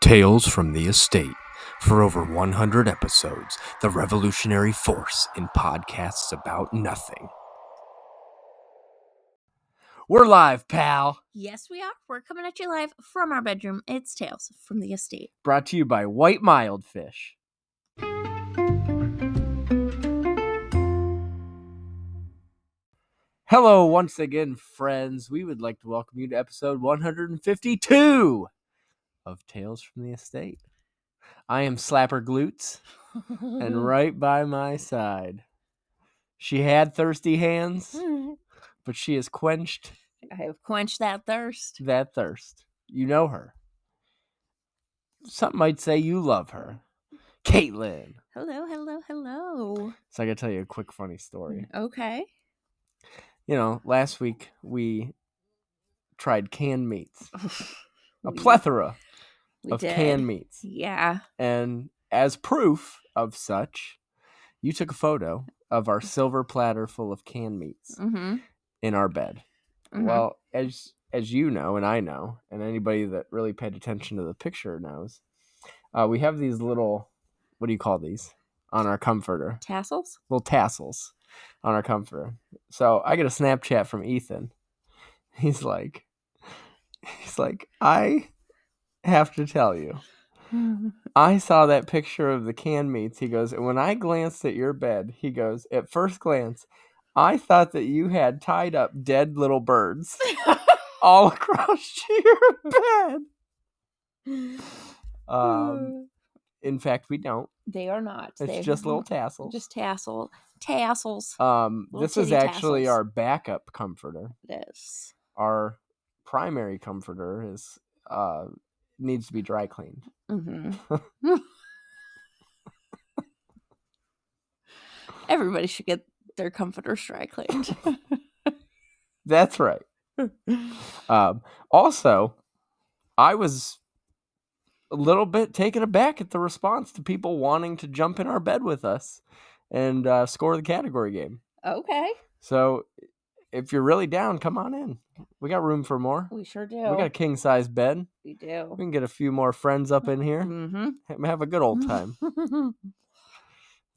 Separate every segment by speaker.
Speaker 1: Tales from the Estate. For over 100 episodes, the revolutionary force in podcasts about nothing. We're live, pal.
Speaker 2: Yes, we are. We're coming at you live from our bedroom. It's Tales from the Estate.
Speaker 1: Brought to you by White Mild Fish. Hello, once again, friends. We would like to welcome you to episode 152 of Tales from the Estate. I am Slapper Glutes,
Speaker 2: Mm-hmm.
Speaker 1: and right by my side, she had thirsty hands,
Speaker 2: I
Speaker 1: but she has quenched
Speaker 2: have quenched that thirst.
Speaker 1: that thirst. You know her. Some might say you love her. Caitlin.
Speaker 2: Hello, hello, hello.
Speaker 1: So I gotta tell you a quick funny story.
Speaker 2: Okay. Mm-hmm.
Speaker 1: You know, last week we tried canned meats. A
Speaker 2: We-
Speaker 1: plethora
Speaker 2: we
Speaker 1: of
Speaker 2: did.
Speaker 1: canned meats.
Speaker 2: Yeah.
Speaker 1: And as proof of such, you took a photo of our silver platter full of canned meats
Speaker 2: Mm-hmm.
Speaker 1: in our bed. Well, as as you know, and I know, and anybody that really paid attention to the picture knows, uh, we have these little what do you call these on our comforter?
Speaker 2: tassels.
Speaker 1: Little tassels on our comforter. So I get a Snapchat from Ethan. He's like, he's like, I have to tell you, I saw that picture of the canned meats. He goes, and when I glanced at your bed, he goes, at first glance, I thought that you had tied up dead little birds all across your bed.
Speaker 2: Hmm.
Speaker 1: Um, in fact, we don't.
Speaker 2: they are not.
Speaker 1: It's
Speaker 2: They're
Speaker 1: just little tassels.
Speaker 2: Mm-hmm. Just tassel tassels.
Speaker 1: um,
Speaker 2: little
Speaker 1: this is
Speaker 2: titty
Speaker 1: actually
Speaker 2: tassels.
Speaker 1: our backup comforter.
Speaker 2: It is.
Speaker 1: Our primary comforter is uh, needs to be dry cleaned.
Speaker 2: Mm-hmm. Everybody should get their comforter dry cleaned.
Speaker 1: That's right. um, also, I was a little bit taken aback at the response to people wanting to jump in our bed with us and uh, score the category game.
Speaker 2: okay.
Speaker 1: So, if you're really down, come on in. We got room for more.
Speaker 2: We sure do.
Speaker 1: We got a king size bed.
Speaker 2: We
Speaker 1: We
Speaker 2: do.
Speaker 1: can get a few more friends up in here.
Speaker 2: Mm-hmm.
Speaker 1: Ha- Have a good old time. It'll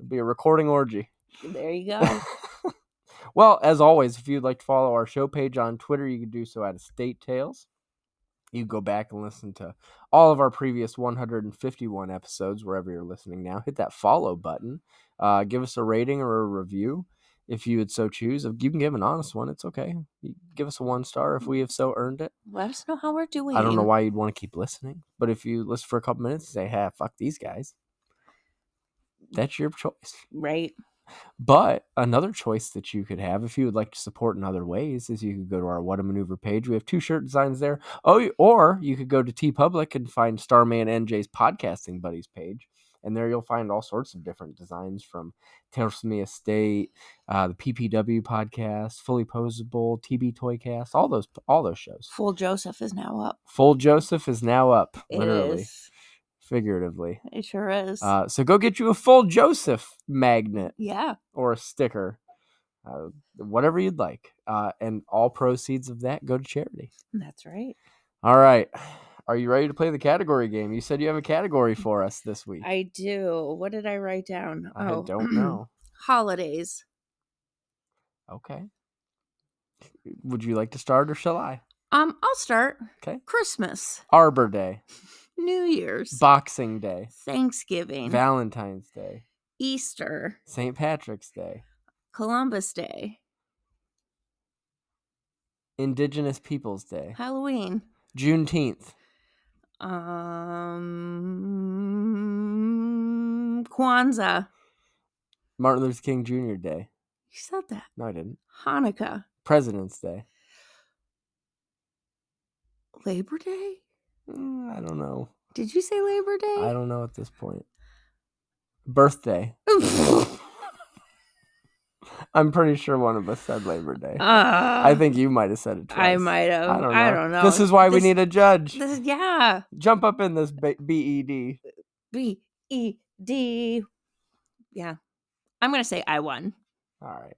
Speaker 1: be a recording orgy.
Speaker 2: there you go.
Speaker 1: well, as always, if you'd like to follow our show page on Twitter, you can do so at Estate Tales. You can go back and listen to all of our previous 151 episodes wherever you're listening now. Hit that follow button. Uh, give us a rating or a review if you would so choose. If you can give an honest one, it's okay. You give us a one star if we have so earned it.
Speaker 2: Let us know how we're doing.
Speaker 1: I don't know why you'd want to keep listening, but if you listen for a couple minutes and say, "Hey, fuck these guys," that's your choice.
Speaker 2: Right.
Speaker 1: But another choice that you could have, if you would like to support in other ways, is you could go to our What a Maneuver page. We have two shirt designs there. Oh, y- or you could go to T Public and find Starman NJ's podcasting buddies page, and there you'll find all sorts of different designs from Tales from the Estate, uh, the PPW podcast, Fully Posable, TB Toycast, all those all those shows.
Speaker 2: Full Joseph is now up.
Speaker 1: Full Joseph is now up,
Speaker 2: It
Speaker 1: literally,
Speaker 2: is.
Speaker 1: figuratively.
Speaker 2: It sure is.
Speaker 1: Uh, so go get you a full Joseph magnet
Speaker 2: yeah.
Speaker 1: or a sticker, uh, whatever you'd like. Uh, and all proceeds of that go to charity.
Speaker 2: That's right.
Speaker 1: All right. Are you ready to play the category game? You said you have a category for us this week.
Speaker 2: I do. What did I write down? Oh,
Speaker 1: I don't know.
Speaker 2: Holidays.
Speaker 1: Okay. Would you like to start or shall I?
Speaker 2: Um, I'll start.
Speaker 1: Okay.
Speaker 2: Christmas,
Speaker 1: Arbor Day,
Speaker 2: New Year's,
Speaker 1: Boxing Day,
Speaker 2: Thanksgiving,
Speaker 1: Valentine's Day,
Speaker 2: Easter,
Speaker 1: St. Patrick's Day,
Speaker 2: Columbus Day,
Speaker 1: Indigenous Peoples Day,
Speaker 2: Halloween.
Speaker 1: Juneteenth,
Speaker 2: Um, Kwanzaa.
Speaker 1: Martin Luther King Jr. Day.
Speaker 2: You said that.
Speaker 1: No, I didn't.
Speaker 2: Hanukkah,
Speaker 1: President's Day.
Speaker 2: Labor Day.
Speaker 1: Mm, I don't know.
Speaker 2: Did you say Labor Day?
Speaker 1: I don't know at this point. Birthday. I'm pretty sure one of us said Labor Day.
Speaker 2: Uh,
Speaker 1: I think you might have said it twice.
Speaker 2: I might have.
Speaker 1: I don't know.
Speaker 2: I don't know.
Speaker 1: This is why we need a judge.
Speaker 2: This, yeah.
Speaker 1: Jump up in this E ba- BED.
Speaker 2: B E D. Yeah. I'm gonna say I won.
Speaker 1: All right.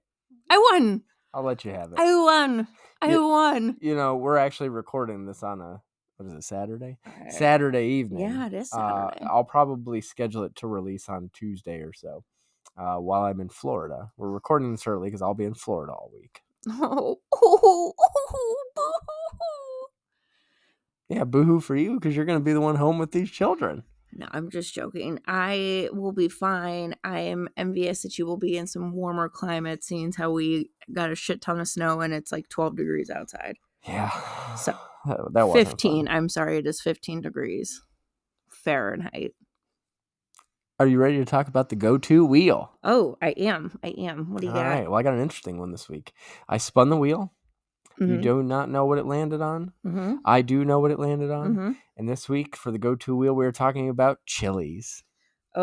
Speaker 2: I won.
Speaker 1: I'll let you have it.
Speaker 2: I won. I
Speaker 1: Yeah.
Speaker 2: won.
Speaker 1: you know, we're actually recording this on a what is it, Saturday?
Speaker 2: Or-
Speaker 1: Saturday evening.
Speaker 2: Yeah, it is
Speaker 1: Uh,
Speaker 2: Saturday.
Speaker 1: I'll probably schedule it to release on Tuesday or so uh, while I'm in Florida. We're recording this early because I'll be in Florida all week.
Speaker 2: oh, oh, oh, boo-hoo-hoo.
Speaker 1: Yeah, boohoo for you because you're going to be the one home with these children.
Speaker 2: No, I'm just joking. I will be fine. I am envious that you will be in some warmer climate, seeing as how we got a shit ton of snow and it's like 12 degrees outside.
Speaker 1: Yeah.
Speaker 2: So,
Speaker 1: that, that wasn't fun.
Speaker 2: 15. I'm sorry, it is 15 degrees Fahrenheit.
Speaker 1: Are you ready to talk about the go to wheel?
Speaker 2: Oh, I am. I am. What do you
Speaker 1: All
Speaker 2: got?
Speaker 1: right. Well, I got an interesting one this week. I spun the wheel. You
Speaker 2: Mhm,
Speaker 1: do not know what it landed on.
Speaker 2: mhm,
Speaker 1: I do know what it landed on.
Speaker 2: mhm.
Speaker 1: And this week for the go to wheel, we are talking about chilies.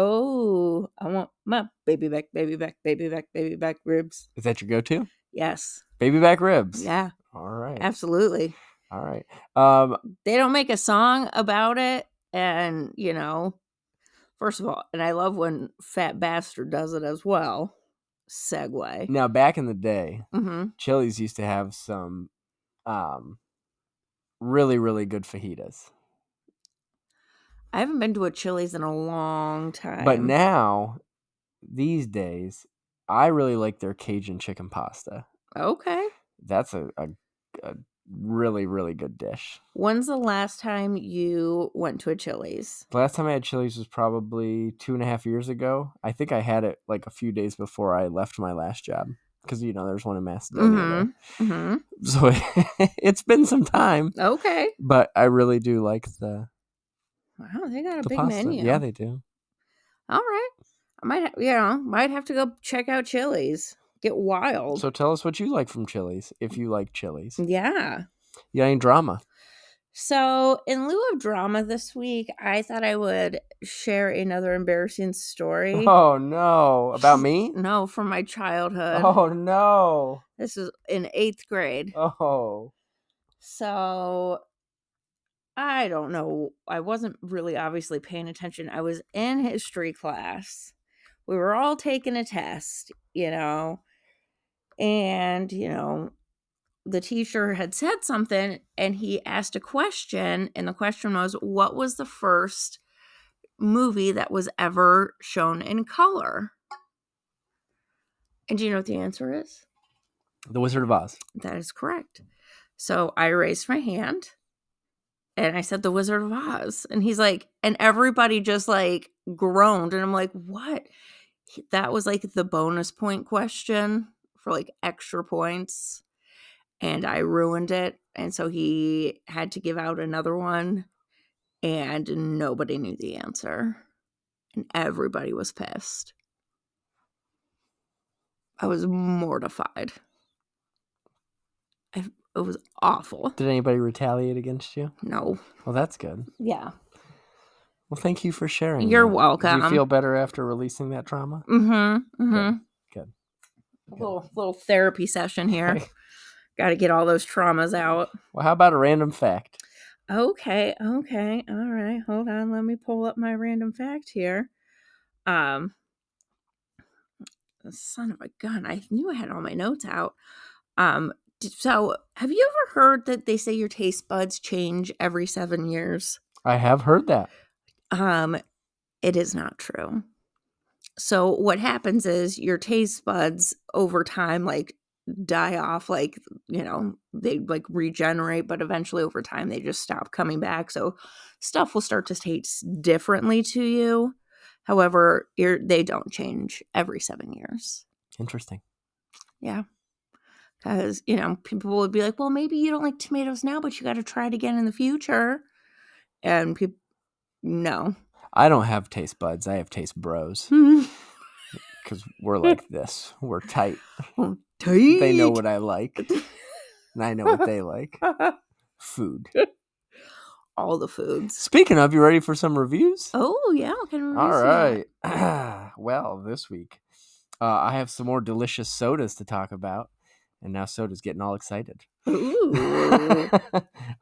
Speaker 2: Oh, I want my baby back, baby back, baby back, baby back ribs.
Speaker 1: Is that your go to?
Speaker 2: Yes.
Speaker 1: Baby back ribs.
Speaker 2: Yeah,
Speaker 1: All right.
Speaker 2: absolutely.
Speaker 1: All right. Um,
Speaker 2: they don't make a song about it and you know first of all and i love when fat bastard does it as well segue
Speaker 1: now, back in the day,
Speaker 2: hmm
Speaker 1: Chili's used to have some um, really, really good fajitas.
Speaker 2: i haven't been to a chili's in a long time
Speaker 1: But now, these days, I really like their Cajun chicken pasta.
Speaker 2: okay
Speaker 1: That's a, a, a really, really good dish.
Speaker 2: when's the last time you went to a chili's
Speaker 1: The last time I had Chili's was probably two and a half years ago. I think I had it like a few days before I left my last job because, you know, there's one in Macedonia.
Speaker 2: Mhm. hmm
Speaker 1: there. So it's been some time,
Speaker 2: okay
Speaker 1: but I really do like the.
Speaker 2: wow they got a
Speaker 1: the
Speaker 2: big
Speaker 1: pasta.
Speaker 2: menu
Speaker 1: Yeah, they do.
Speaker 2: all right i might ha- you know might have to go check out chili's get wild
Speaker 1: So tell us what you like from Chili's, if you like Chili's.
Speaker 2: Mm. yeah
Speaker 1: Yeah, ain't drama.
Speaker 2: So, in lieu of drama this week, I thought I would share another embarrassing story.
Speaker 1: Oh no, about me?
Speaker 2: No, from my childhood.
Speaker 1: Oh no.
Speaker 2: This is in eighth grade.
Speaker 1: Oh.
Speaker 2: So, I don't know. I wasn't really obviously paying attention. I was in history class. We were all taking a test, you know, and, you know, the teacher had said something and he asked a question. And the question was, What was the first movie that was ever shown in color? And do you know what the answer is?
Speaker 1: The Wizard of Oz.
Speaker 2: That is correct. So I raised my hand and I said the Wizard of Oz. And he's like, and everybody just like groaned. And I'm like, what? He- That was like the bonus point question for like extra points. And I ruined it. And so he had to give out another one. And nobody knew the answer. And everybody was pissed. I was mortified. I, it was awful.
Speaker 1: Did anybody retaliate against you?
Speaker 2: No.
Speaker 1: Well, that's good.
Speaker 2: Yeah.
Speaker 1: Well, thank you for sharing.
Speaker 2: You're
Speaker 1: that. Do you
Speaker 2: welcome.
Speaker 1: feel better after releasing that trauma?
Speaker 2: Mm-hmm. Mm-hmm.
Speaker 1: Good. Good.
Speaker 2: Little little therapy session here. Got to get all those traumas out.
Speaker 1: Well, how about a random fact?
Speaker 2: Okay. Okay. All right. Hold on. Let me pull up my random fact here. Um. Son of a gun! I knew I had all my notes out. Um. d- So, have you ever heard that they say your taste buds change every seven years?
Speaker 1: I have heard that.
Speaker 2: Um, it is not true. So what happens is your taste buds over time like die off like you know they like regenerate but eventually over time they just stop coming back so stuff will start to taste differently to you however your they don't change every seven years
Speaker 1: Interesting.
Speaker 2: because you know people would be like well maybe you don't like tomatoes now but you got to try it again in the future and people no
Speaker 1: I don't have taste buds. I have taste
Speaker 2: Hmm.
Speaker 1: bros because we're like this. We're tight. They know what I like, and I know what they like. Food.
Speaker 2: all the foods.
Speaker 1: Speaking of, you ready for some reviews?
Speaker 2: Oh yeah, can we
Speaker 1: All
Speaker 2: see that?
Speaker 1: right. well, this week uh, I have some more delicious sodas to talk about, and now soda's getting all excited.
Speaker 2: Ooh.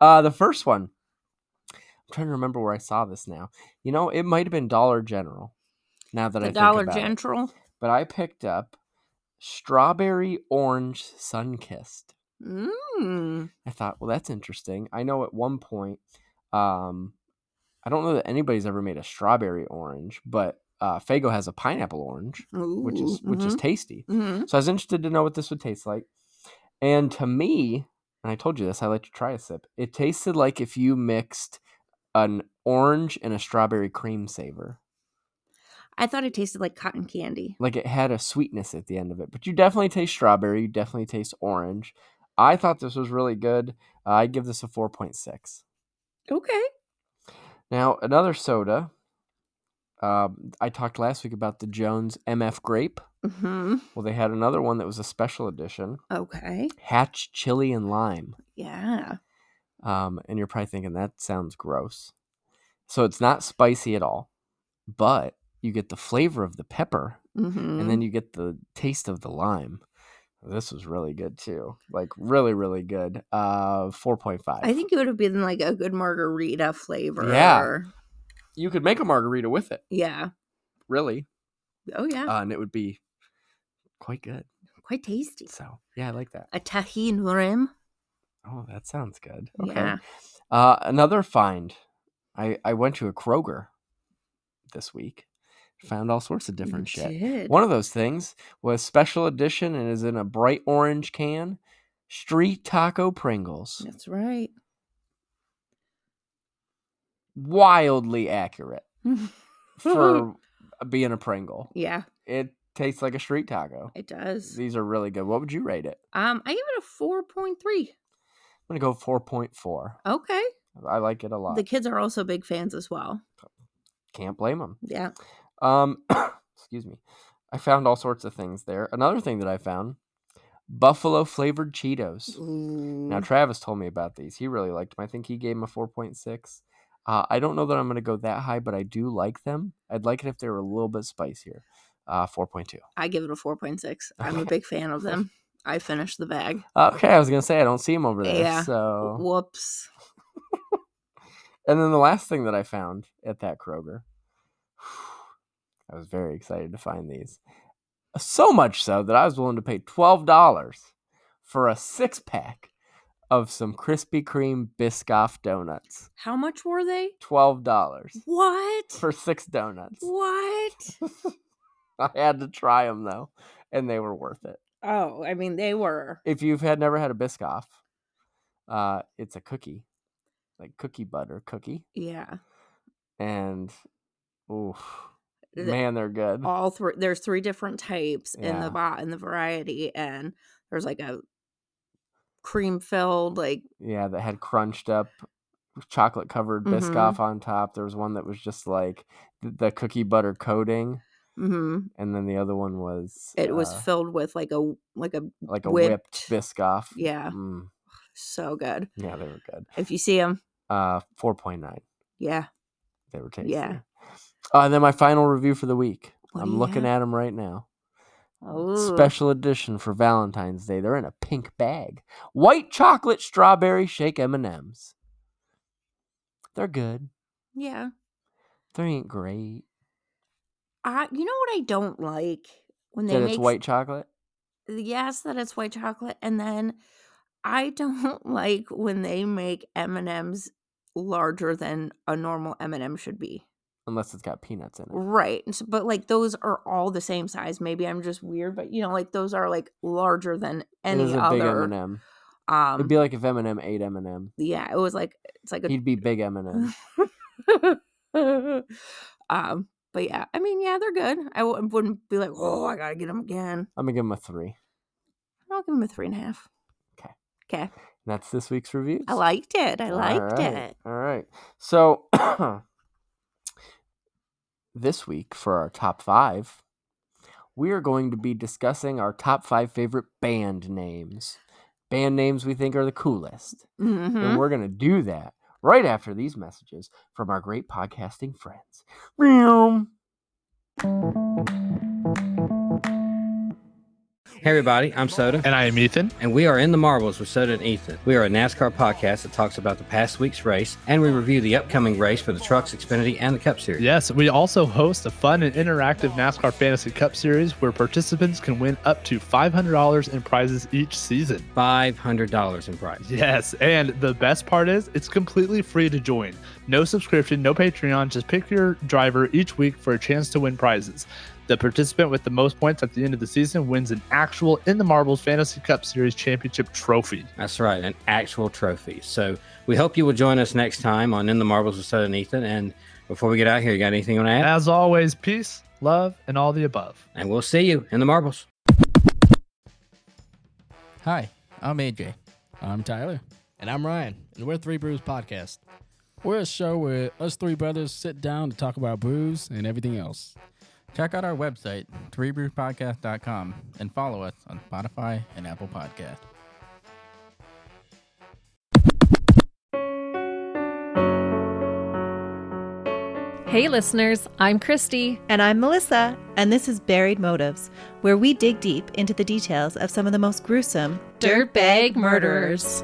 Speaker 1: uh, the first one. I'm trying to remember where I saw this now. You know, it might have been Dollar General. Now that I
Speaker 2: the
Speaker 1: think
Speaker 2: Dollar
Speaker 1: about it.
Speaker 2: General.
Speaker 1: but I picked up strawberry orange sun kissed.
Speaker 2: Mm.
Speaker 1: I thought, well, that's interesting. I know at one point, Um, I don't know that anybody's ever made a strawberry orange, but uh, Fago has a pineapple orange, which is which is tasty.
Speaker 2: hmm
Speaker 1: So I was interested to know what this would taste like. And to me, and I told you this, I let you try a sip. It tasted like if you mixed an orange and a strawberry cream saver.
Speaker 2: I thought it tasted like cotton candy.
Speaker 1: Like it had a sweetness at the end of it, but you definitely taste strawberry. You definitely taste orange. I thought this was really good. Uh, I give this a four point six.
Speaker 2: Okay.
Speaker 1: Now another soda. Um, I talked last week about the Jones MF grape.
Speaker 2: hmm
Speaker 1: Well, they had another one that was a special edition,
Speaker 2: Okay.
Speaker 1: Hatch Chili and Lime.
Speaker 2: Yeah.
Speaker 1: Um, and you're probably thinking that sounds gross. So it's not spicy at all, but you get the flavor of the pepper
Speaker 2: hmm
Speaker 1: and then you get the taste of the lime. This was really good too. Like really, really good. Uh 4.5.
Speaker 2: I think it would have been like a good margarita flavor.
Speaker 1: Yeah. you could make a margarita with it,
Speaker 2: Yeah.
Speaker 1: really.
Speaker 2: Oh yeah.
Speaker 1: Uh, and it would be quite good.
Speaker 2: Quite tasty.
Speaker 1: So yeah, I like that.
Speaker 2: A tahini rim.
Speaker 1: Oh, that sounds good. Okay.
Speaker 2: Yeah.
Speaker 1: Uh, another find. I, I went to a Kroger this week. Found all sorts of different
Speaker 2: You
Speaker 1: shit.
Speaker 2: did.
Speaker 1: One of those things was special edition and is in a bright orange can. Street Taco Pringles.
Speaker 2: That's right.
Speaker 1: Wildly accurate for being a Pringle.
Speaker 2: yeah,
Speaker 1: It tastes like a street taco.
Speaker 2: it does.
Speaker 1: These are really good. What would you rate it?
Speaker 2: Um, I give it a four point three.
Speaker 1: I'm going to go 4.4.
Speaker 2: Okay.
Speaker 1: I like it a lot.
Speaker 2: The kids are also big fans as well.
Speaker 1: Can't blame them.
Speaker 2: Yeah.
Speaker 1: Um, excuse me. I found all sorts of things there. Another thing that I found buffalo flavored Cheetos. Now,
Speaker 2: Ooh.
Speaker 1: Travis told me about these. He really liked them. I think he gave them a 4.6. Uh, I don't know that I'm going to go that high, but I do like them. I'd like it if they were a little bit spicier. Uh, 4.2.
Speaker 2: I give it a four point six. I'm a
Speaker 1: Okay.
Speaker 2: big fan of them. I finished the bag.
Speaker 1: Okay, I was going to say I don't see them over there.
Speaker 2: Yeah.
Speaker 1: So,
Speaker 2: Whoops.
Speaker 1: and then the last thing that I found at that Kroger, I was very excited to find these. So much so that I was willing to pay $12 for a six pack of some Krispy Kreme Biscoff donuts.
Speaker 2: How much were they?
Speaker 1: $12
Speaker 2: What?
Speaker 1: for six donuts.
Speaker 2: what?
Speaker 1: I had to try them though, and they were worth it.
Speaker 2: Oh, I mean they were.
Speaker 1: If you've had never had a Biscoff, uh, it's a cookie, like cookie butter cookie,
Speaker 2: Yeah.
Speaker 1: and oof,
Speaker 2: Th-
Speaker 1: man, they're good.
Speaker 2: all three there's three different types in
Speaker 1: Mm. Yeah.
Speaker 2: the bot in the variety and there's like a cream filled like
Speaker 1: Yeah, that had crunched up chocolate covered
Speaker 2: Mhm.
Speaker 1: Biscoff on top. There was one that was just like th- the cookie butter coating,
Speaker 2: mhm,
Speaker 1: and then the other one was
Speaker 2: it was
Speaker 1: uh,
Speaker 2: filled with like a like a
Speaker 1: like a
Speaker 2: whipped-
Speaker 1: whipped, Biscoff.
Speaker 2: yeah
Speaker 1: Mm,
Speaker 2: so good
Speaker 1: yeah, they were good.
Speaker 2: if you see them
Speaker 1: Uh, four point nine.
Speaker 2: yeah
Speaker 1: They were tasty.
Speaker 2: Yeah.
Speaker 1: Uh, and then my final review for the week.
Speaker 2: What do
Speaker 1: I'm
Speaker 2: you
Speaker 1: looking
Speaker 2: have?
Speaker 1: at them right now.
Speaker 2: oh
Speaker 1: Special edition for Valentine's Day. They're in a pink bag. White chocolate strawberry shake M&Ms. They're good.
Speaker 2: yeah
Speaker 1: They ain't great.
Speaker 2: i you know what i don't like when they
Speaker 1: That
Speaker 2: make
Speaker 1: it's white chocolate.
Speaker 2: yes that it's white chocolate and then i don't like when they make m&ms larger than a normal m&m should be
Speaker 1: Unless it's got peanuts in it.
Speaker 2: Right. and so- But like those are all the same size. Maybe I'm just weird, but you know, like those are like larger than any
Speaker 1: it is a big
Speaker 2: other.
Speaker 1: M&M.
Speaker 2: um
Speaker 1: It'd be like if Eminem ate Eminem.
Speaker 2: yeah, it was like it's like
Speaker 1: He'd be big Eminem. M&M.
Speaker 2: a um but yeah, I mean, yeah, they're good. I w- wouldn't be like, oh, I gotta get them again.
Speaker 1: I'm going to give him a three.
Speaker 2: I'll give them a three and a half.
Speaker 1: Okay.
Speaker 2: Okay.
Speaker 1: And that's this week's reviews.
Speaker 2: I liked it. I
Speaker 1: All
Speaker 2: liked
Speaker 1: right,
Speaker 2: it.
Speaker 1: All right. So this week for our top five, we are going to be discussing our top five favorite band names. Band names we think are the coolest.
Speaker 2: hmm
Speaker 1: And we're going to do that right after these messages from our great podcasting friends. Meow.
Speaker 3: Hey, everybody, I'm Soda.
Speaker 4: And I am Ethan.
Speaker 3: And we are in the marbles with Soda and Ethan. We are a NASCAR podcast that talks about the past week's race, and we review the upcoming race for the Trucks, Xfinity, and the Cup Series.
Speaker 4: Yes, we also host a fun and interactive NASCAR Fantasy Cup Series where participants can win up to $500 in prizes each season.
Speaker 3: $500 in prize.
Speaker 4: Yes, and the best part is it's completely free to join. No subscription, no Patreon, just pick your driver each week for a chance to win prizes. The participant with the most points at the end of the season wins an actual In the Marbles Fantasy Cup Series championship trophy.
Speaker 3: That's right, an actual trophy. So we hope you will join us next time on In the Marbles with Soda and Ethan. And before we get out here, you got anything you want to add?
Speaker 4: As always, peace, love, and all the above.
Speaker 3: And we'll see you in the marbles.
Speaker 5: Hi, I'm AJ.
Speaker 6: I'm Tyler,
Speaker 5: And I'm Ryan, and we're Three Brews Podcast.
Speaker 6: We're a show where us three brothers sit down to talk about brews and everything else.
Speaker 5: Check out our website, threebrewspodcast.com, and follow us on Spotify and Apple Podcast.
Speaker 7: Hey, listeners, I'm Christy.
Speaker 8: And I'm Melissa, and this is Buried Motives, where we dig deep into the details of some of the most gruesome
Speaker 7: Dirtbag Murderers.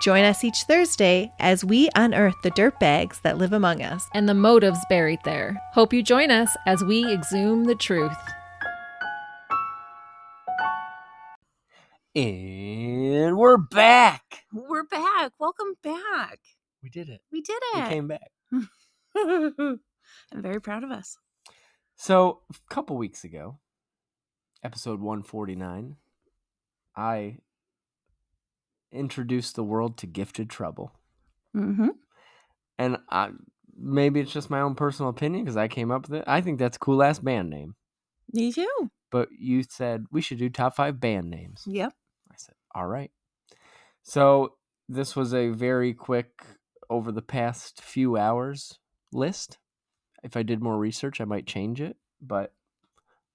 Speaker 8: Join us each Thursday as we unearth the dirtbags that live among us.
Speaker 7: and the motives buried there. Hope you join us as we exhume the truth.
Speaker 1: And we're back.
Speaker 2: We're back. Welcome back.
Speaker 1: We did it.
Speaker 2: We did
Speaker 1: We
Speaker 2: it.
Speaker 1: came back.
Speaker 2: I'm very proud of us.
Speaker 1: So a couple weeks ago, episode 149, I introduced the world to gifted trouble.
Speaker 2: Mm-hmm.
Speaker 1: And I, maybe it's just my own personal opinion because I came up with it. I think that's a cool ass band name.
Speaker 2: Me too.
Speaker 1: But you said we should do top five band names.
Speaker 2: Yep.
Speaker 1: I said, all right. So this was a very quick, over the past few hours list. If I did more research, I might change it. But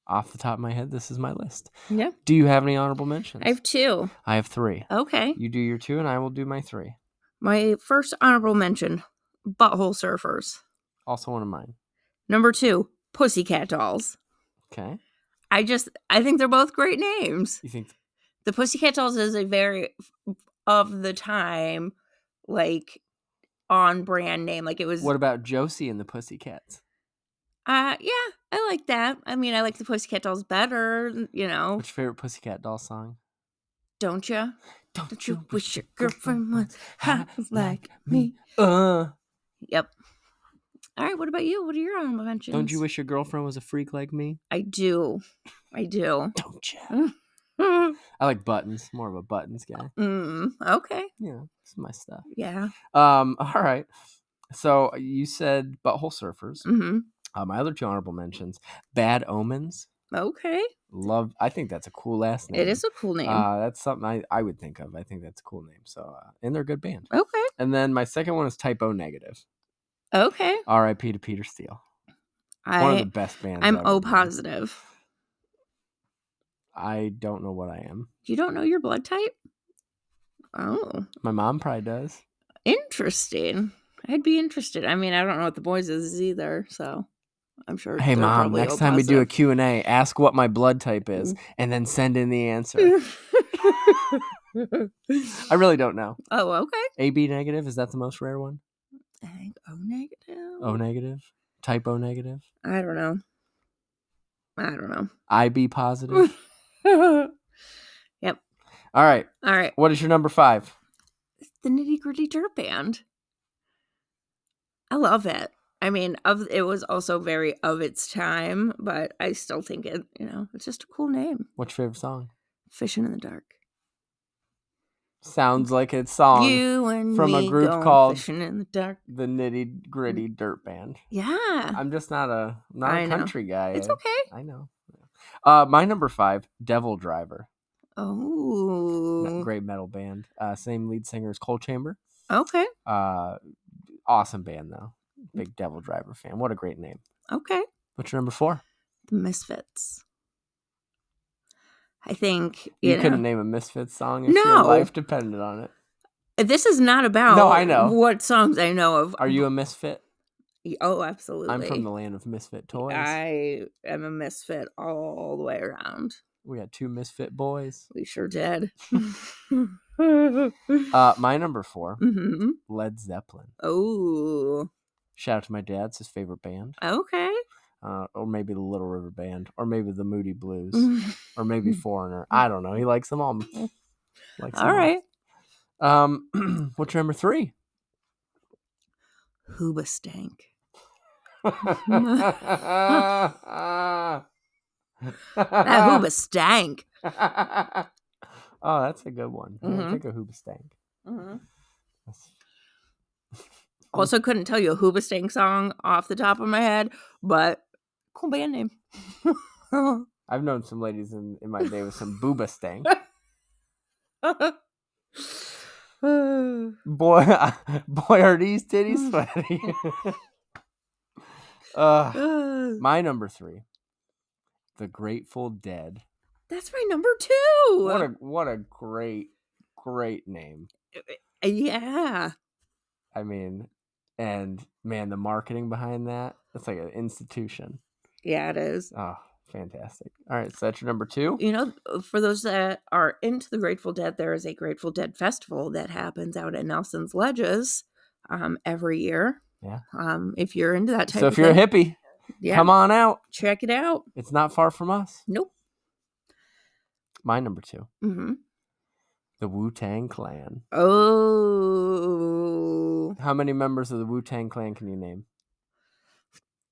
Speaker 1: off the top of my head, this is my list.
Speaker 2: Yeah.
Speaker 1: Do you have any honorable mentions?
Speaker 2: I have two.
Speaker 1: I have three.
Speaker 2: Okay.
Speaker 1: You do your two, and I will do my three.
Speaker 2: My first honorable mention butthole surfers.
Speaker 1: Also, one of mine.
Speaker 2: Number two, pussycat dolls.
Speaker 1: Okay.
Speaker 2: I just, I think they're both great names.
Speaker 1: You think
Speaker 2: The pussycat dolls is a very of the time, like on brand name. Like it was,
Speaker 1: What about Josie and the Pussycats?
Speaker 2: uh, yeah, I like that. I mean, I like the pussycat dolls better, you know,
Speaker 1: What's your favorite Pussycat doll song?
Speaker 2: don't you?
Speaker 1: Don't,
Speaker 2: you wish your girlfriend was hot like me?
Speaker 1: Uh.
Speaker 2: Yep. All right. What about you? What are your honorable mentions?
Speaker 1: Don't you wish your girlfriend was a freak like me?
Speaker 2: I do. I do.
Speaker 1: Don't you?
Speaker 2: Mm,
Speaker 1: I like buttons. More of a buttons
Speaker 2: Oh.
Speaker 1: guy.
Speaker 2: okay.
Speaker 1: Yeah, it's my stuff.
Speaker 2: Yeah.
Speaker 1: Um. All right. So you said butthole surfers.
Speaker 2: hmm
Speaker 1: Uh, my other two honorable mentions: bad omens.
Speaker 2: Okay.
Speaker 1: Love. I think that's a cool last name.
Speaker 2: It is a cool name.
Speaker 1: Uh, that's something I, I would think of. I think that's a cool name. So, uh, and they're a good band.
Speaker 2: okay.
Speaker 1: And then my second one is Typo Negative.
Speaker 2: Okay.
Speaker 1: R.I.P. to Peter Steele. one of the
Speaker 2: I
Speaker 1: best bands.
Speaker 2: I'm
Speaker 1: ever,
Speaker 2: O
Speaker 1: man.
Speaker 2: positive.
Speaker 1: I don't know what I am.
Speaker 2: You don't know your blood type? Oh,
Speaker 1: My mom probably does.
Speaker 2: interesting. I'd be interested. I mean, I don't know what the boys is either, so I'm sure.
Speaker 1: Hey,
Speaker 2: they're
Speaker 1: mom.
Speaker 2: probably
Speaker 1: Next
Speaker 2: O
Speaker 1: time we do a
Speaker 2: positive. Mm-hmm.
Speaker 1: Q and A, ask what my blood type is, and then send in the answer. I really don't know.
Speaker 2: oh, okay.
Speaker 1: AB negative is that the most rare one?
Speaker 2: I think O negative.
Speaker 1: O negative, type O negative,
Speaker 2: I don't know. I don't
Speaker 1: IB positive. Hmm.
Speaker 2: know.
Speaker 1: All right.
Speaker 2: All right.
Speaker 1: What is your number five?
Speaker 2: the nitty gritty dirt band. I love it. I mean, of it was also very of its time, but I still think it. You know, it's just a cool name.
Speaker 1: What's your favorite song?
Speaker 2: Fishing in the dark.
Speaker 1: sounds like a song
Speaker 2: you and
Speaker 1: from a
Speaker 2: me
Speaker 1: group
Speaker 2: going
Speaker 1: called-
Speaker 2: fishing in the dark.
Speaker 1: the nitty gritty dirt band
Speaker 2: Yeah,
Speaker 1: i'm just not a I'm not
Speaker 2: Mm. I
Speaker 1: a
Speaker 2: know.
Speaker 1: country guy
Speaker 2: it's
Speaker 1: I-
Speaker 2: okay.
Speaker 1: i know uh my number five devil driver
Speaker 2: Oh,
Speaker 1: great metal band uh same lead singer as cold chamber
Speaker 2: okay,
Speaker 1: uh awesome band though big devil driver fan what a great name
Speaker 2: okay.
Speaker 1: what's your number four
Speaker 2: The Misfits. I think
Speaker 1: you,
Speaker 2: you, know,
Speaker 1: couldn't name a misfits song if your
Speaker 2: No.
Speaker 1: life depended on it
Speaker 2: this is not about
Speaker 1: No, I know.
Speaker 2: what songs I know of.
Speaker 1: are you a misfit
Speaker 2: Oh, absolutely.
Speaker 1: i'm from the land of misfit toys
Speaker 2: I am a misfit all the way around.
Speaker 1: we got two misfit boys
Speaker 2: We sure did.
Speaker 1: uh my number four
Speaker 2: hmm
Speaker 1: led zeppelin
Speaker 2: Oh,
Speaker 1: shout out to my dad it's his favorite band
Speaker 2: okay.
Speaker 1: uh, or maybe the Little River Band, or maybe the Moody Blues,
Speaker 2: Mm-hmm.
Speaker 1: or maybe Foreigner. I don't know. He likes them all. Likes them
Speaker 2: all right.
Speaker 1: Um, what's your number three?
Speaker 2: Hooba stank.
Speaker 1: that
Speaker 2: That
Speaker 1: Ah.
Speaker 2: hooba stank.
Speaker 1: Oh, that's a good one. I didn't
Speaker 2: Mhm.
Speaker 1: think of Hoobastank. Mm-hmm. That's-
Speaker 2: Also, couldn't tell you a hooba stank song off the top of my head, but cool band name.
Speaker 1: I've known some ladies in, in my day with some Boobastank. boy, boy, are these titties sweaty. uh,
Speaker 2: That's
Speaker 1: My number three, The Grateful Dead.
Speaker 2: my number two.
Speaker 1: What a what a great great name.
Speaker 2: yeah.
Speaker 1: I mean, and man, the marketing behind that it's like an institution.
Speaker 2: Yeah, it is.
Speaker 1: Oh, fantastic! All right, so that's your number two.
Speaker 2: You know, for those that are into the Grateful Dead, there is a Grateful Dead festival that happens out at Nelson's Ledges um, every year.
Speaker 1: Yeah.
Speaker 2: Um, if you're into that type
Speaker 1: So
Speaker 2: of
Speaker 1: if you're a
Speaker 2: thing,
Speaker 1: hippie,
Speaker 2: yeah,
Speaker 1: come on out.
Speaker 2: check it out.
Speaker 1: It's not far from us.
Speaker 2: Nope.
Speaker 1: My number two,
Speaker 2: hmm
Speaker 1: the Wu Tang Clan.
Speaker 2: Oh,
Speaker 1: How many members of the Wu Tang Clan can you name?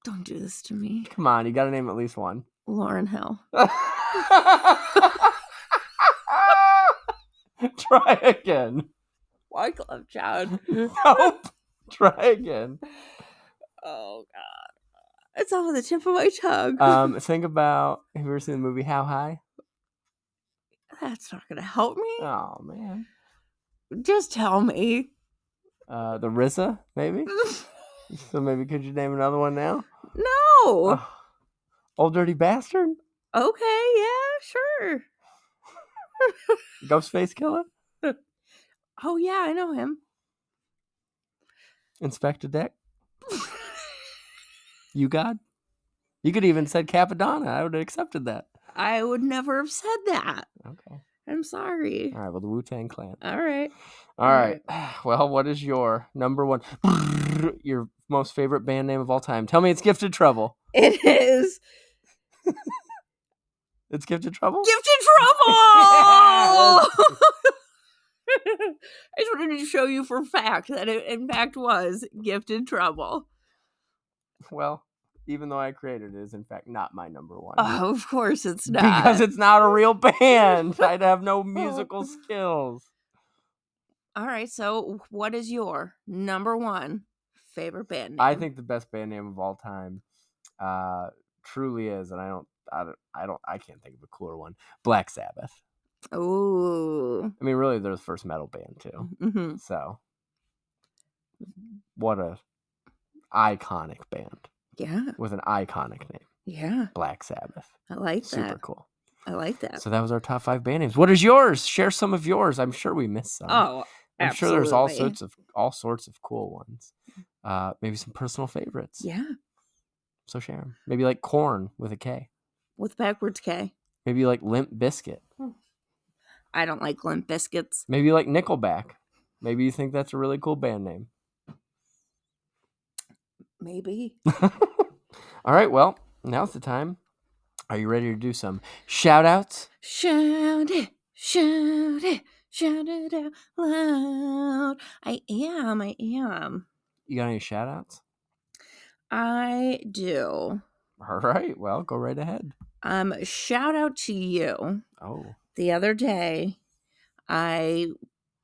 Speaker 2: don't do this to me.
Speaker 1: Come on, you got to name at least one.
Speaker 2: Lauren Hill.
Speaker 1: Try again.
Speaker 2: Why Club Child?
Speaker 1: Nope. Try again.
Speaker 2: Oh, God. Uh, It's off the tip of my tongue.
Speaker 1: Um, think about have you ever seen the movie How High?
Speaker 2: That's not going to help me.
Speaker 1: Oh man.
Speaker 2: Just tell me.
Speaker 1: Uh, the RZA, maybe.
Speaker 2: Uh.
Speaker 1: so maybe could you name another one now?
Speaker 2: no.
Speaker 1: Oh. Old dirty bastard,
Speaker 2: Okay, yeah, sure.
Speaker 1: Ghostface Killer,
Speaker 2: Oh yeah, I know him.
Speaker 1: Inspector Deck, You God. You could even said Capadonna. I would have accepted that.
Speaker 2: I would never have said that.
Speaker 1: Okay.
Speaker 2: I'm sorry.
Speaker 1: All right. Well, the Wu Tang Clan.
Speaker 2: All right.
Speaker 1: All right. Well, what is your number one, your most favorite band name of all time? Tell me it's Gifted Trouble.
Speaker 2: It is
Speaker 1: It's Gifted Trouble?
Speaker 2: Gifted Trouble. I just wanted to show you for fact that it in fact was Gifted Trouble.
Speaker 1: well, even though I created it, is in fact not my number one.
Speaker 2: Oh, of course it's not.
Speaker 1: Uh-huh. because it's not a real band. I'd have no musical skills.
Speaker 2: All right, so what is your number one favorite band?
Speaker 1: I
Speaker 2: name?
Speaker 1: think the best band name of all time uh, truly is, and I don't, I don't, I don't, I can't think of a cooler one. Black Sabbath.
Speaker 2: Ooh.
Speaker 1: I mean, really, they're the first metal band too.
Speaker 2: hmm
Speaker 1: So,
Speaker 2: Mm-hmm.
Speaker 1: what a iconic band
Speaker 2: Yeah.
Speaker 1: with an iconic name,
Speaker 2: Yeah.
Speaker 1: Black Sabbath.
Speaker 2: I like
Speaker 1: Super
Speaker 2: that.
Speaker 1: cool.
Speaker 2: I like that.
Speaker 1: So that was our top five band names. What is yours? Share some of yours. I'm sure we missed some.
Speaker 2: oh,
Speaker 1: I'm sure there's all
Speaker 2: absolutely. Mm.
Speaker 1: sorts of all sorts of cool ones. Uh, maybe some personal favorites.
Speaker 2: Yeah,
Speaker 1: So share them. Maybe like corn with a K.
Speaker 2: with backwards K.
Speaker 1: Maybe like Limp Biscuit.
Speaker 2: I don't like limp biscuits.
Speaker 1: Maybe you like Nickelback. Maybe you think that's a really cool band name.
Speaker 2: Maybe.
Speaker 1: all right, well, now's the time. Are you ready to do some shout outs?
Speaker 2: shout it, shout it, shout it out loud. I am, I am.
Speaker 1: You got any shout outs?
Speaker 2: I do.
Speaker 1: All right, well, go right ahead.
Speaker 2: Um, shout out to you.
Speaker 1: Oh,
Speaker 2: The other day, I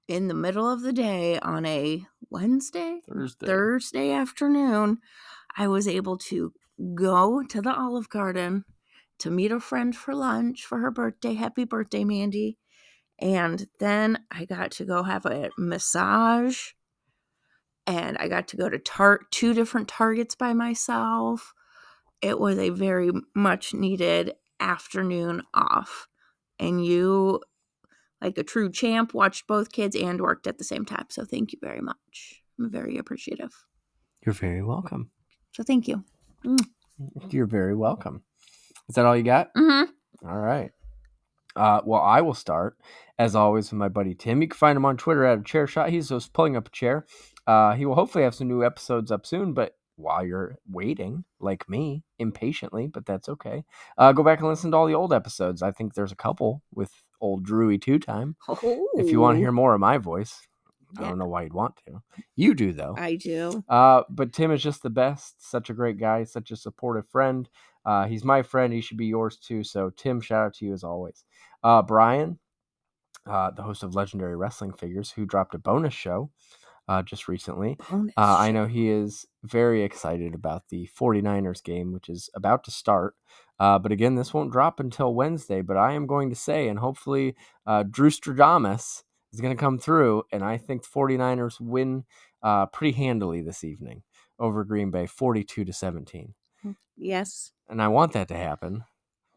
Speaker 2: in the middle of the day on a Wednesday,
Speaker 1: Thursday.
Speaker 2: Thursday afternoon, I was able to go to the Olive Garden to meet a friend for lunch for her birthday. Happy birthday, Mandy. And then I got to go have a massage and I got to go to tar- two different targets by myself. It was a very much needed afternoon off. And you, like a true champ, watched both kids and worked at the same time. So thank you very much. I'm very appreciative.
Speaker 1: You're very welcome.
Speaker 2: So thank you.
Speaker 1: You're very welcome. Is that all you got?
Speaker 2: Mm-hmm.
Speaker 1: All right. Uh, well, I will start as always with my buddy Tim. You can find him on Twitter at a chair shot. He's just pulling up a chair. Uh, he will hopefully have some new episodes up soon, but while you're waiting, like me, impatiently, but that's okay, uh, go back and listen to all the old episodes. I think there's a couple with old Drewy Two Time.
Speaker 2: Oh,
Speaker 1: If you want to hear more of my voice, I
Speaker 2: Yeah.
Speaker 1: don't know why you'd want to. You do, though.
Speaker 2: I do.
Speaker 1: Uh, but Tim is just the best. Such a great guy. Such a supportive friend. Uh, he's my friend. He should be yours too. So Tim, shout out to you as always. Uh, Brian, uh, the host of Legendary Wrestling Figures, who dropped a bonus show uh, just recently.
Speaker 2: Bonus.
Speaker 1: Uh, I know he is very excited about the 49ers game, which is about to start. Uh, but again, this won't drop until Wednesday. But I am going to say, and hopefully, uh, Drew Stradamus is going to come through. And I think the 49ers win uh, pretty handily this evening over Green Bay 42 to 17.
Speaker 2: Yes.
Speaker 1: And I want that to happen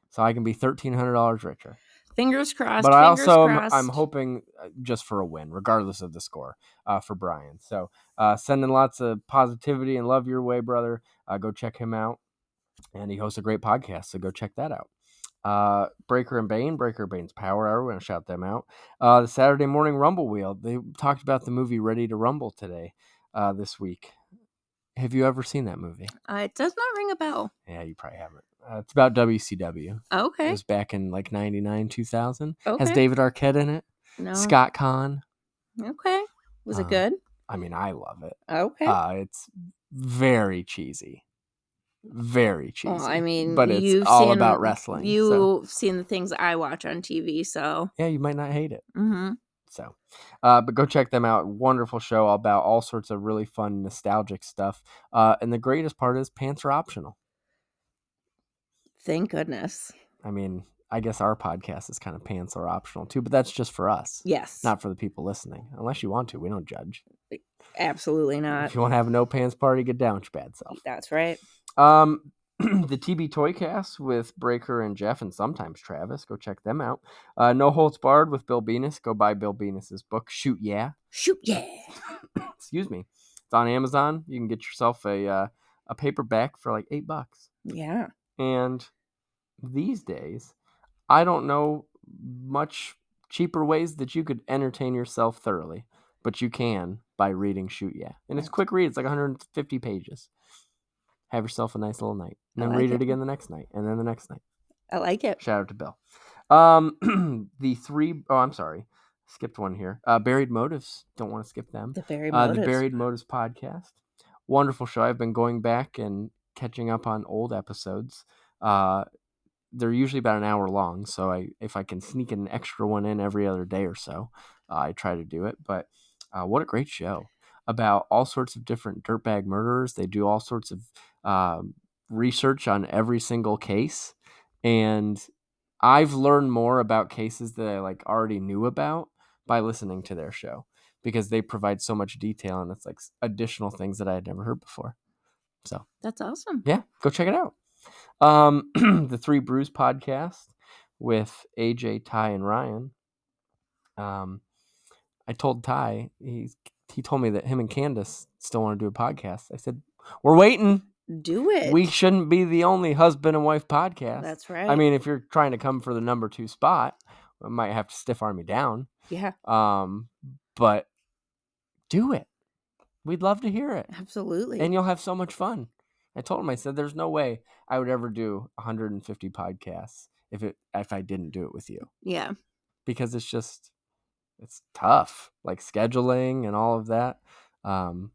Speaker 1: so I can be $1,300 richer
Speaker 2: Fingers crossed.
Speaker 1: but I
Speaker 2: fingers
Speaker 1: also am,
Speaker 2: crossed.
Speaker 1: I'm hoping uh, just for a win, regardless of the score, uh, for Brian. So uh, sending lots of positivity and love your way, brother. Uh, go check him out, and he hosts a great podcast, so go check that out. Uh, Breaker and Bane, Breaker and Bane's Power Hour. We're gonna shout them out. Uh, the Saturday morning Rumble Wheel. They talked about the movie Ready to Rumble today, uh, this week. Have you ever seen that movie?
Speaker 2: Uh, it does not ring a bell.
Speaker 1: Yeah, you probably haven't. Uh, it's about WCW. It
Speaker 2: Okay.
Speaker 1: was back in like '99, 2000.
Speaker 2: Okay.
Speaker 1: Has David Arquette in it?
Speaker 2: no.
Speaker 1: Scott Kahn.
Speaker 2: Okay. Was
Speaker 1: Uh,
Speaker 2: it good?
Speaker 1: I mean, I love it.
Speaker 2: Okay.
Speaker 1: Uh, it's very cheesy, very cheesy.
Speaker 2: Well, I mean,
Speaker 1: but it's
Speaker 2: you've
Speaker 1: all
Speaker 2: seen-
Speaker 1: about wrestling.
Speaker 2: You've
Speaker 1: so,
Speaker 2: seen the things I watch on TV, so
Speaker 1: yeah, you might not hate it.
Speaker 2: mhm.
Speaker 1: So, uh, but go check them out. Wonderful show all about all sorts of really fun, nostalgic stuff. Uh, and the greatest part is pants are optional.
Speaker 2: thank goodness.
Speaker 1: I mean, I guess our podcast is kind of pants are optional too, but that's just for us,
Speaker 2: Yes,
Speaker 1: not for the people listening. Unless you want to, we don't judge.
Speaker 2: absolutely not.
Speaker 1: if you want to have a no pants party, get down with your bad self.
Speaker 2: That's right.
Speaker 1: Um, the TB Toycast with Breaker and Jeff and sometimes Travis. Go check them out. Uh, no Holds Barred with Bill Venus. Go buy Bill Venus's book, Shoot Yeah.
Speaker 2: Shoot, yeah.
Speaker 1: Excuse me. It's on Amazon. You can get yourself a uh, a paperback for like eight bucks.
Speaker 2: Yeah.
Speaker 1: And these days, I don't know much cheaper ways that you could entertain yourself thoroughly, but you can by reading Shoot Yeah. And it's a quick read, it's like 150 pages. Have yourself a nice little night. And
Speaker 2: I
Speaker 1: then
Speaker 2: like
Speaker 1: read it
Speaker 2: it.
Speaker 1: again the next night, and then the next night.
Speaker 2: I like it.
Speaker 1: Shout out to Bill. Um, the three, oh, I'm sorry, skipped one here. Uh, Buried Motives. Don't want to skip them.
Speaker 2: The Barry
Speaker 1: Uh,
Speaker 2: Motives.
Speaker 1: the Buried Motives podcast. Wonderful show. I've been going back and catching up on old episodes. Uh, they're usually about an hour long, so I if I can sneak an extra one in every other day or so, uh, I try to do it. But uh, what a great show about all sorts of different dirtbag murderers. They do all sorts of um research on every single case, and I've learned more about cases that I like already knew about by listening to their show because they provide so much detail and it's like s- additional things that I had never heard before. So
Speaker 2: That's awesome.
Speaker 1: yeah, go check it out. Um, the Three Brews podcast with AJ, Ty, and Ryan. Um, I told Ty he he told me that him and Candace still want to do a podcast. I said we're waiting.
Speaker 2: Do it.
Speaker 1: We shouldn't be the only husband and wife podcast.
Speaker 2: That's right.
Speaker 1: I mean, if you're trying to come for the number two spot, I might have to stiff arm you down.
Speaker 2: yeah,
Speaker 1: Um, but do it. We'd love to hear it.
Speaker 2: absolutely.
Speaker 1: And you'll have so much fun. I told him, I said, there's no way I would ever do 150 podcasts if it if I didn't do it with you.
Speaker 2: yeah.
Speaker 1: Because it's just it's tough. Like scheduling and all of that. Um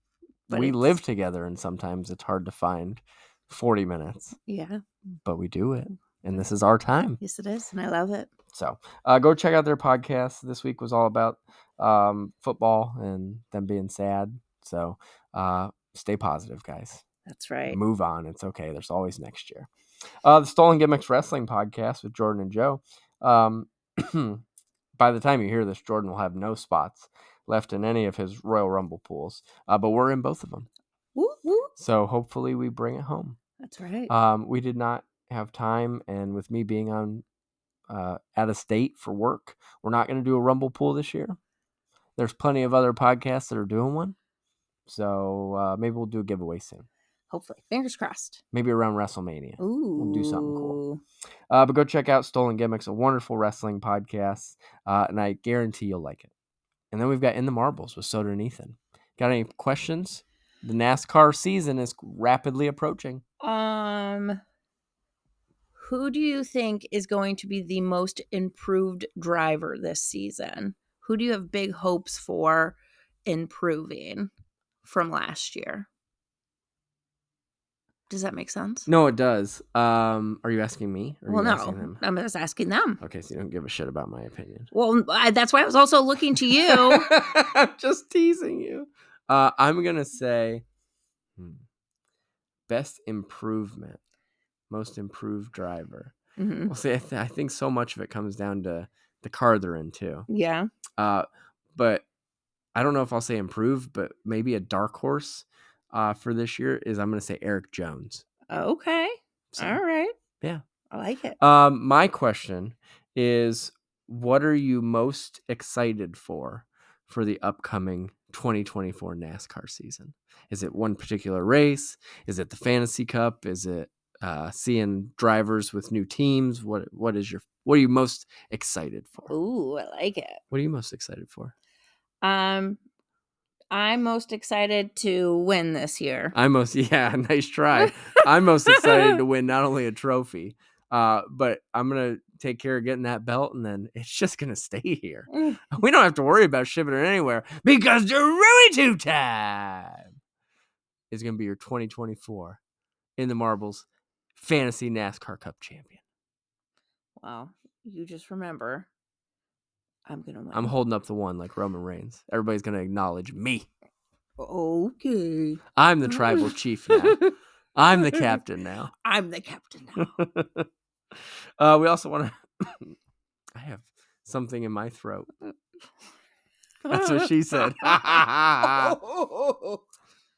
Speaker 2: But
Speaker 1: we
Speaker 2: it's-
Speaker 1: live together and sometimes it's hard to find 40 minutes,
Speaker 2: Yeah.
Speaker 1: but we do it. And this is our time.
Speaker 2: Yes, it is, and I love it.
Speaker 1: So uh, go check out their podcast. This week was all about um, football and them being sad. So uh, stay positive, guys.
Speaker 2: That's right.
Speaker 1: Move on. It's okay. There's always next year. Uh, the Stolen Gimmicks Wrestling Podcast with Jordan and Joe. Um, by the time you hear this, Jordan will have no spots left in any of his Royal Rumble pools, uh, but we're in both of them.
Speaker 2: Woo, woo.
Speaker 1: So hopefully we bring it home.
Speaker 2: That's right.
Speaker 1: Um, we did not have time, and with me being on uh, out of state for work, we're not going to do a Rumble pool this year. There's plenty of other podcasts that are doing one, so uh, maybe we'll do a giveaway soon.
Speaker 2: Hopefully. Fingers crossed.
Speaker 1: Maybe around WrestleMania.
Speaker 2: Ooh.
Speaker 1: do something cool. Uh, but go check out Stolen Gimmicks, a wonderful wrestling podcast, uh, and I guarantee you'll like it. And then we've got In the Marbles with Soda and Ethan. Got any questions? The NASCAR season is rapidly approaching.
Speaker 2: Um, who do you think is going to be the most improved driver this season? Who do you have big hopes for improving from last year? Does that make sense?
Speaker 1: No, it does. Um, are you asking me? Or are
Speaker 2: well,
Speaker 1: you asking
Speaker 2: no.
Speaker 1: him?
Speaker 2: I'm just asking them.
Speaker 1: Okay, so you don't give a shit about my opinion.
Speaker 2: Well, I, that's why I was also looking to you.
Speaker 1: I'm just teasing you. Uh, I'm gonna say hmm, best improvement, most improved driver.
Speaker 2: Mhm.
Speaker 1: Well, see, I, th- I think so much of it comes down to the car they're in too.
Speaker 2: Yeah.
Speaker 1: Uh, but I don't know if I'll say improved, but maybe a dark horse uh, for this year is I'm gonna say Eric Jones.
Speaker 2: Okay.
Speaker 1: So-
Speaker 2: All right.
Speaker 1: Yeah.
Speaker 2: I like it.
Speaker 1: Um, my question is, what are you most excited for for the upcoming 2024 NASCAR season? Is it one particular race? Is it the Fantasy Cup? Is it uh, seeing drivers with new teams? What What is your What are you most excited for?
Speaker 2: Ooh, I like it.
Speaker 1: What are you most excited for?
Speaker 2: Um, I'm most excited to win this year.
Speaker 1: I'm most yeah, nice try. I'm most excited to win not only a trophy, uh, but I'm gonna take care of getting that belt, and then it's just gonna stay here.
Speaker 2: Mm.
Speaker 1: We don't have to worry about shipping it anywhere because Geruitu time is gonna be your 2024 in the marbles fantasy NASCAR Cup champion.
Speaker 2: Well, you just remember, I'm gonna win.
Speaker 1: I'm holding up the one like Roman Reigns. Everybody's gonna acknowledge me.
Speaker 2: Okay.
Speaker 1: I'm the tribal chief now. I'm the captain now.
Speaker 2: I'm the captain now.
Speaker 1: uh, we also want to. I have something in my throat. That's what she said.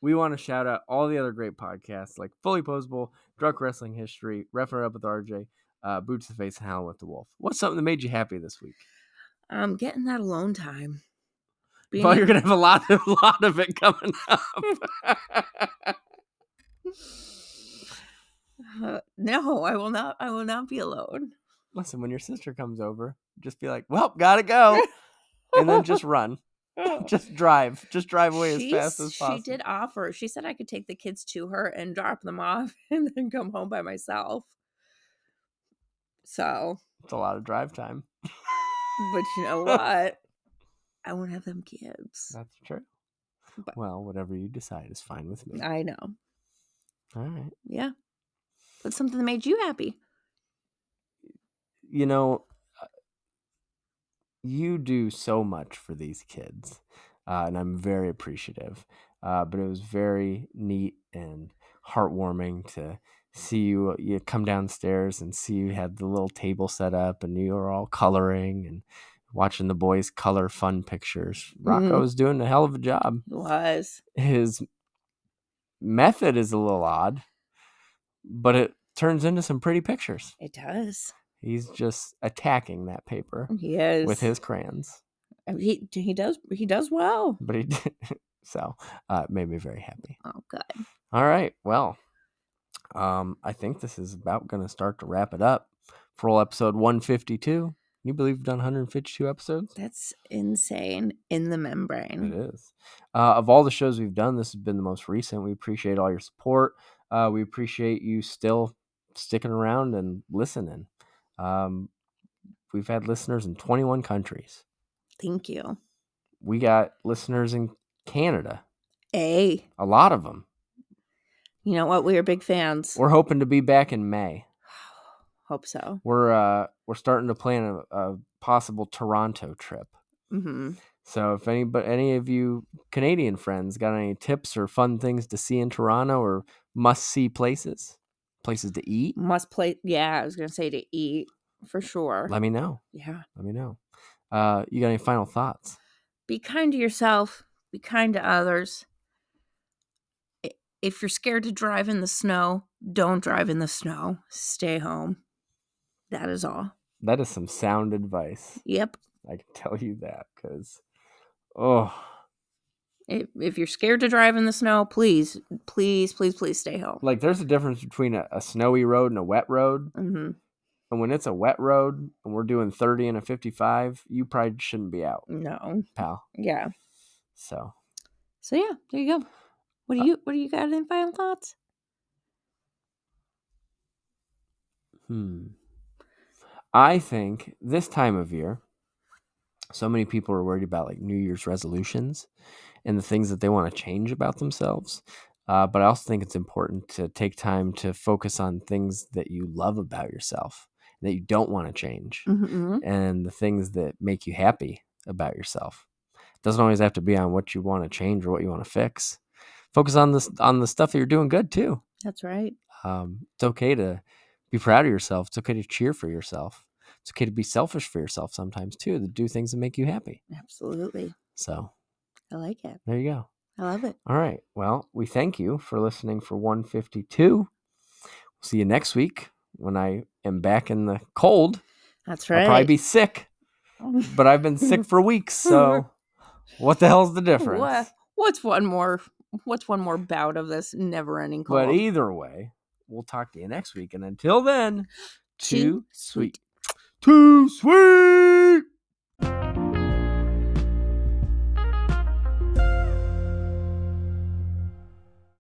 Speaker 1: we want to shout out all the other great podcasts like Fully Posable, Drunk Wrestling History, Refing It Up with RJ, uh, Boots to the Face, and Howling with the Wolf. What's something that made you happy this week?
Speaker 2: I'm getting that alone time. Being
Speaker 1: Well,
Speaker 2: a-
Speaker 1: you're gonna have a lot of lot of it coming up.
Speaker 2: Uh, no, I will not. I will not be alone.
Speaker 1: Listen, when your sister comes over, just be like, "Well, gotta go," and then just run, just drive, just drive away
Speaker 2: She
Speaker 1: as fast
Speaker 2: s-
Speaker 1: as possible.
Speaker 2: She did offer. She said I could take the kids to her and drop them off and then come home by myself. So,
Speaker 1: It's a lot of drive time.
Speaker 2: but you know what? I won't have them kids.
Speaker 1: That's true.
Speaker 2: But-
Speaker 1: well, whatever you decide is fine with me.
Speaker 2: I know.
Speaker 1: All right.
Speaker 2: Yeah. But something that made you happy.
Speaker 1: You know, uh, you do so much for these kids, uh, and I'm very appreciative. Uh, but it was very neat and heartwarming to see you, you come downstairs and see you had the little table set up, and you were all coloring and watching the boys color fun pictures. Rocco's doing a hell of a job.
Speaker 2: It was.
Speaker 1: his method is a little odd, but it turns into some pretty pictures.
Speaker 2: It does.
Speaker 1: He's just attacking that paper
Speaker 2: He is.
Speaker 1: with his crayons,
Speaker 2: I mean, he he does he does well.
Speaker 1: but he did. so uh, it made me very happy.
Speaker 2: Oh good.
Speaker 1: All right, well, um, I think this is about going to start to wrap it up for all episode 152. You believe we've done 152 episodes?
Speaker 2: That's insane in the membrane.
Speaker 1: It is. Uh, of all the shows we've done, this has been the most recent. We appreciate all your support. Uh, we appreciate you still sticking around and listening. Um, we've had listeners in 21 countries.
Speaker 2: Thank you.
Speaker 1: We got listeners in Canada,
Speaker 2: A.
Speaker 1: a lot of them.
Speaker 2: You know what? We are big fans.
Speaker 1: We're hoping to be back in May.
Speaker 2: Hope so.
Speaker 1: We're uh, we're starting to plan a, a possible Toronto trip.
Speaker 2: hmm
Speaker 1: So if any but any of you Canadian friends got any tips or fun things to see in Toronto or must see places, places to eat,
Speaker 2: Must play. Yeah, I was gonna say to eat for sure.
Speaker 1: let me know.
Speaker 2: yeah,
Speaker 1: Let me know. Uh, you got any final thoughts?
Speaker 2: be kind to yourself. Be kind to others. I- If you're scared to drive in the snow, don't drive in the snow. Stay home. That is all.
Speaker 1: That is some sound advice.
Speaker 2: Yep.
Speaker 1: I can tell you that because, oh,
Speaker 2: If, if you're scared to drive in the snow, please, please, please, please stay home.
Speaker 1: like there's a difference between a, a snowy road and a wet road.
Speaker 2: hmm
Speaker 1: And when it's a wet road and we're doing 30 and a 55, you probably shouldn't be out,
Speaker 2: No.
Speaker 1: pal.
Speaker 2: Yeah.
Speaker 1: So
Speaker 2: So yeah, there you go. What
Speaker 1: Uh
Speaker 2: do you what do you got in final thoughts?
Speaker 1: Hmm. I think this time of year, so many people are worried about like New Year's resolutions and the things that they want to change about themselves. Uh, but I also think it's important to take time to focus on things that you love about yourself that you don't want to change
Speaker 2: Mm-hmm.
Speaker 1: and the things that make you happy about yourself. It doesn't always have to be on what you want to change or what you want to fix. Focus on this on the stuff that you're doing good too
Speaker 2: That's right.
Speaker 1: um, it's okay to be proud of yourself. It's okay to cheer for yourself. It's okay to be selfish for yourself sometimes too, to do things that make you happy.
Speaker 2: Absolutely.
Speaker 1: So
Speaker 2: I like it.
Speaker 1: there you go.
Speaker 2: I love it.
Speaker 1: All right. Well, we thank you for listening for 152. We'll see you next week when I am back in the cold.
Speaker 2: That's right.
Speaker 1: I'll probably be sick, but I've been sick for weeks. So what the hell's the difference?
Speaker 2: What, what's one more what's one more bout of this never ending cold?
Speaker 1: But either way, we'll talk to you next week. And until then,
Speaker 2: Too
Speaker 1: Too sweet. Too sweet.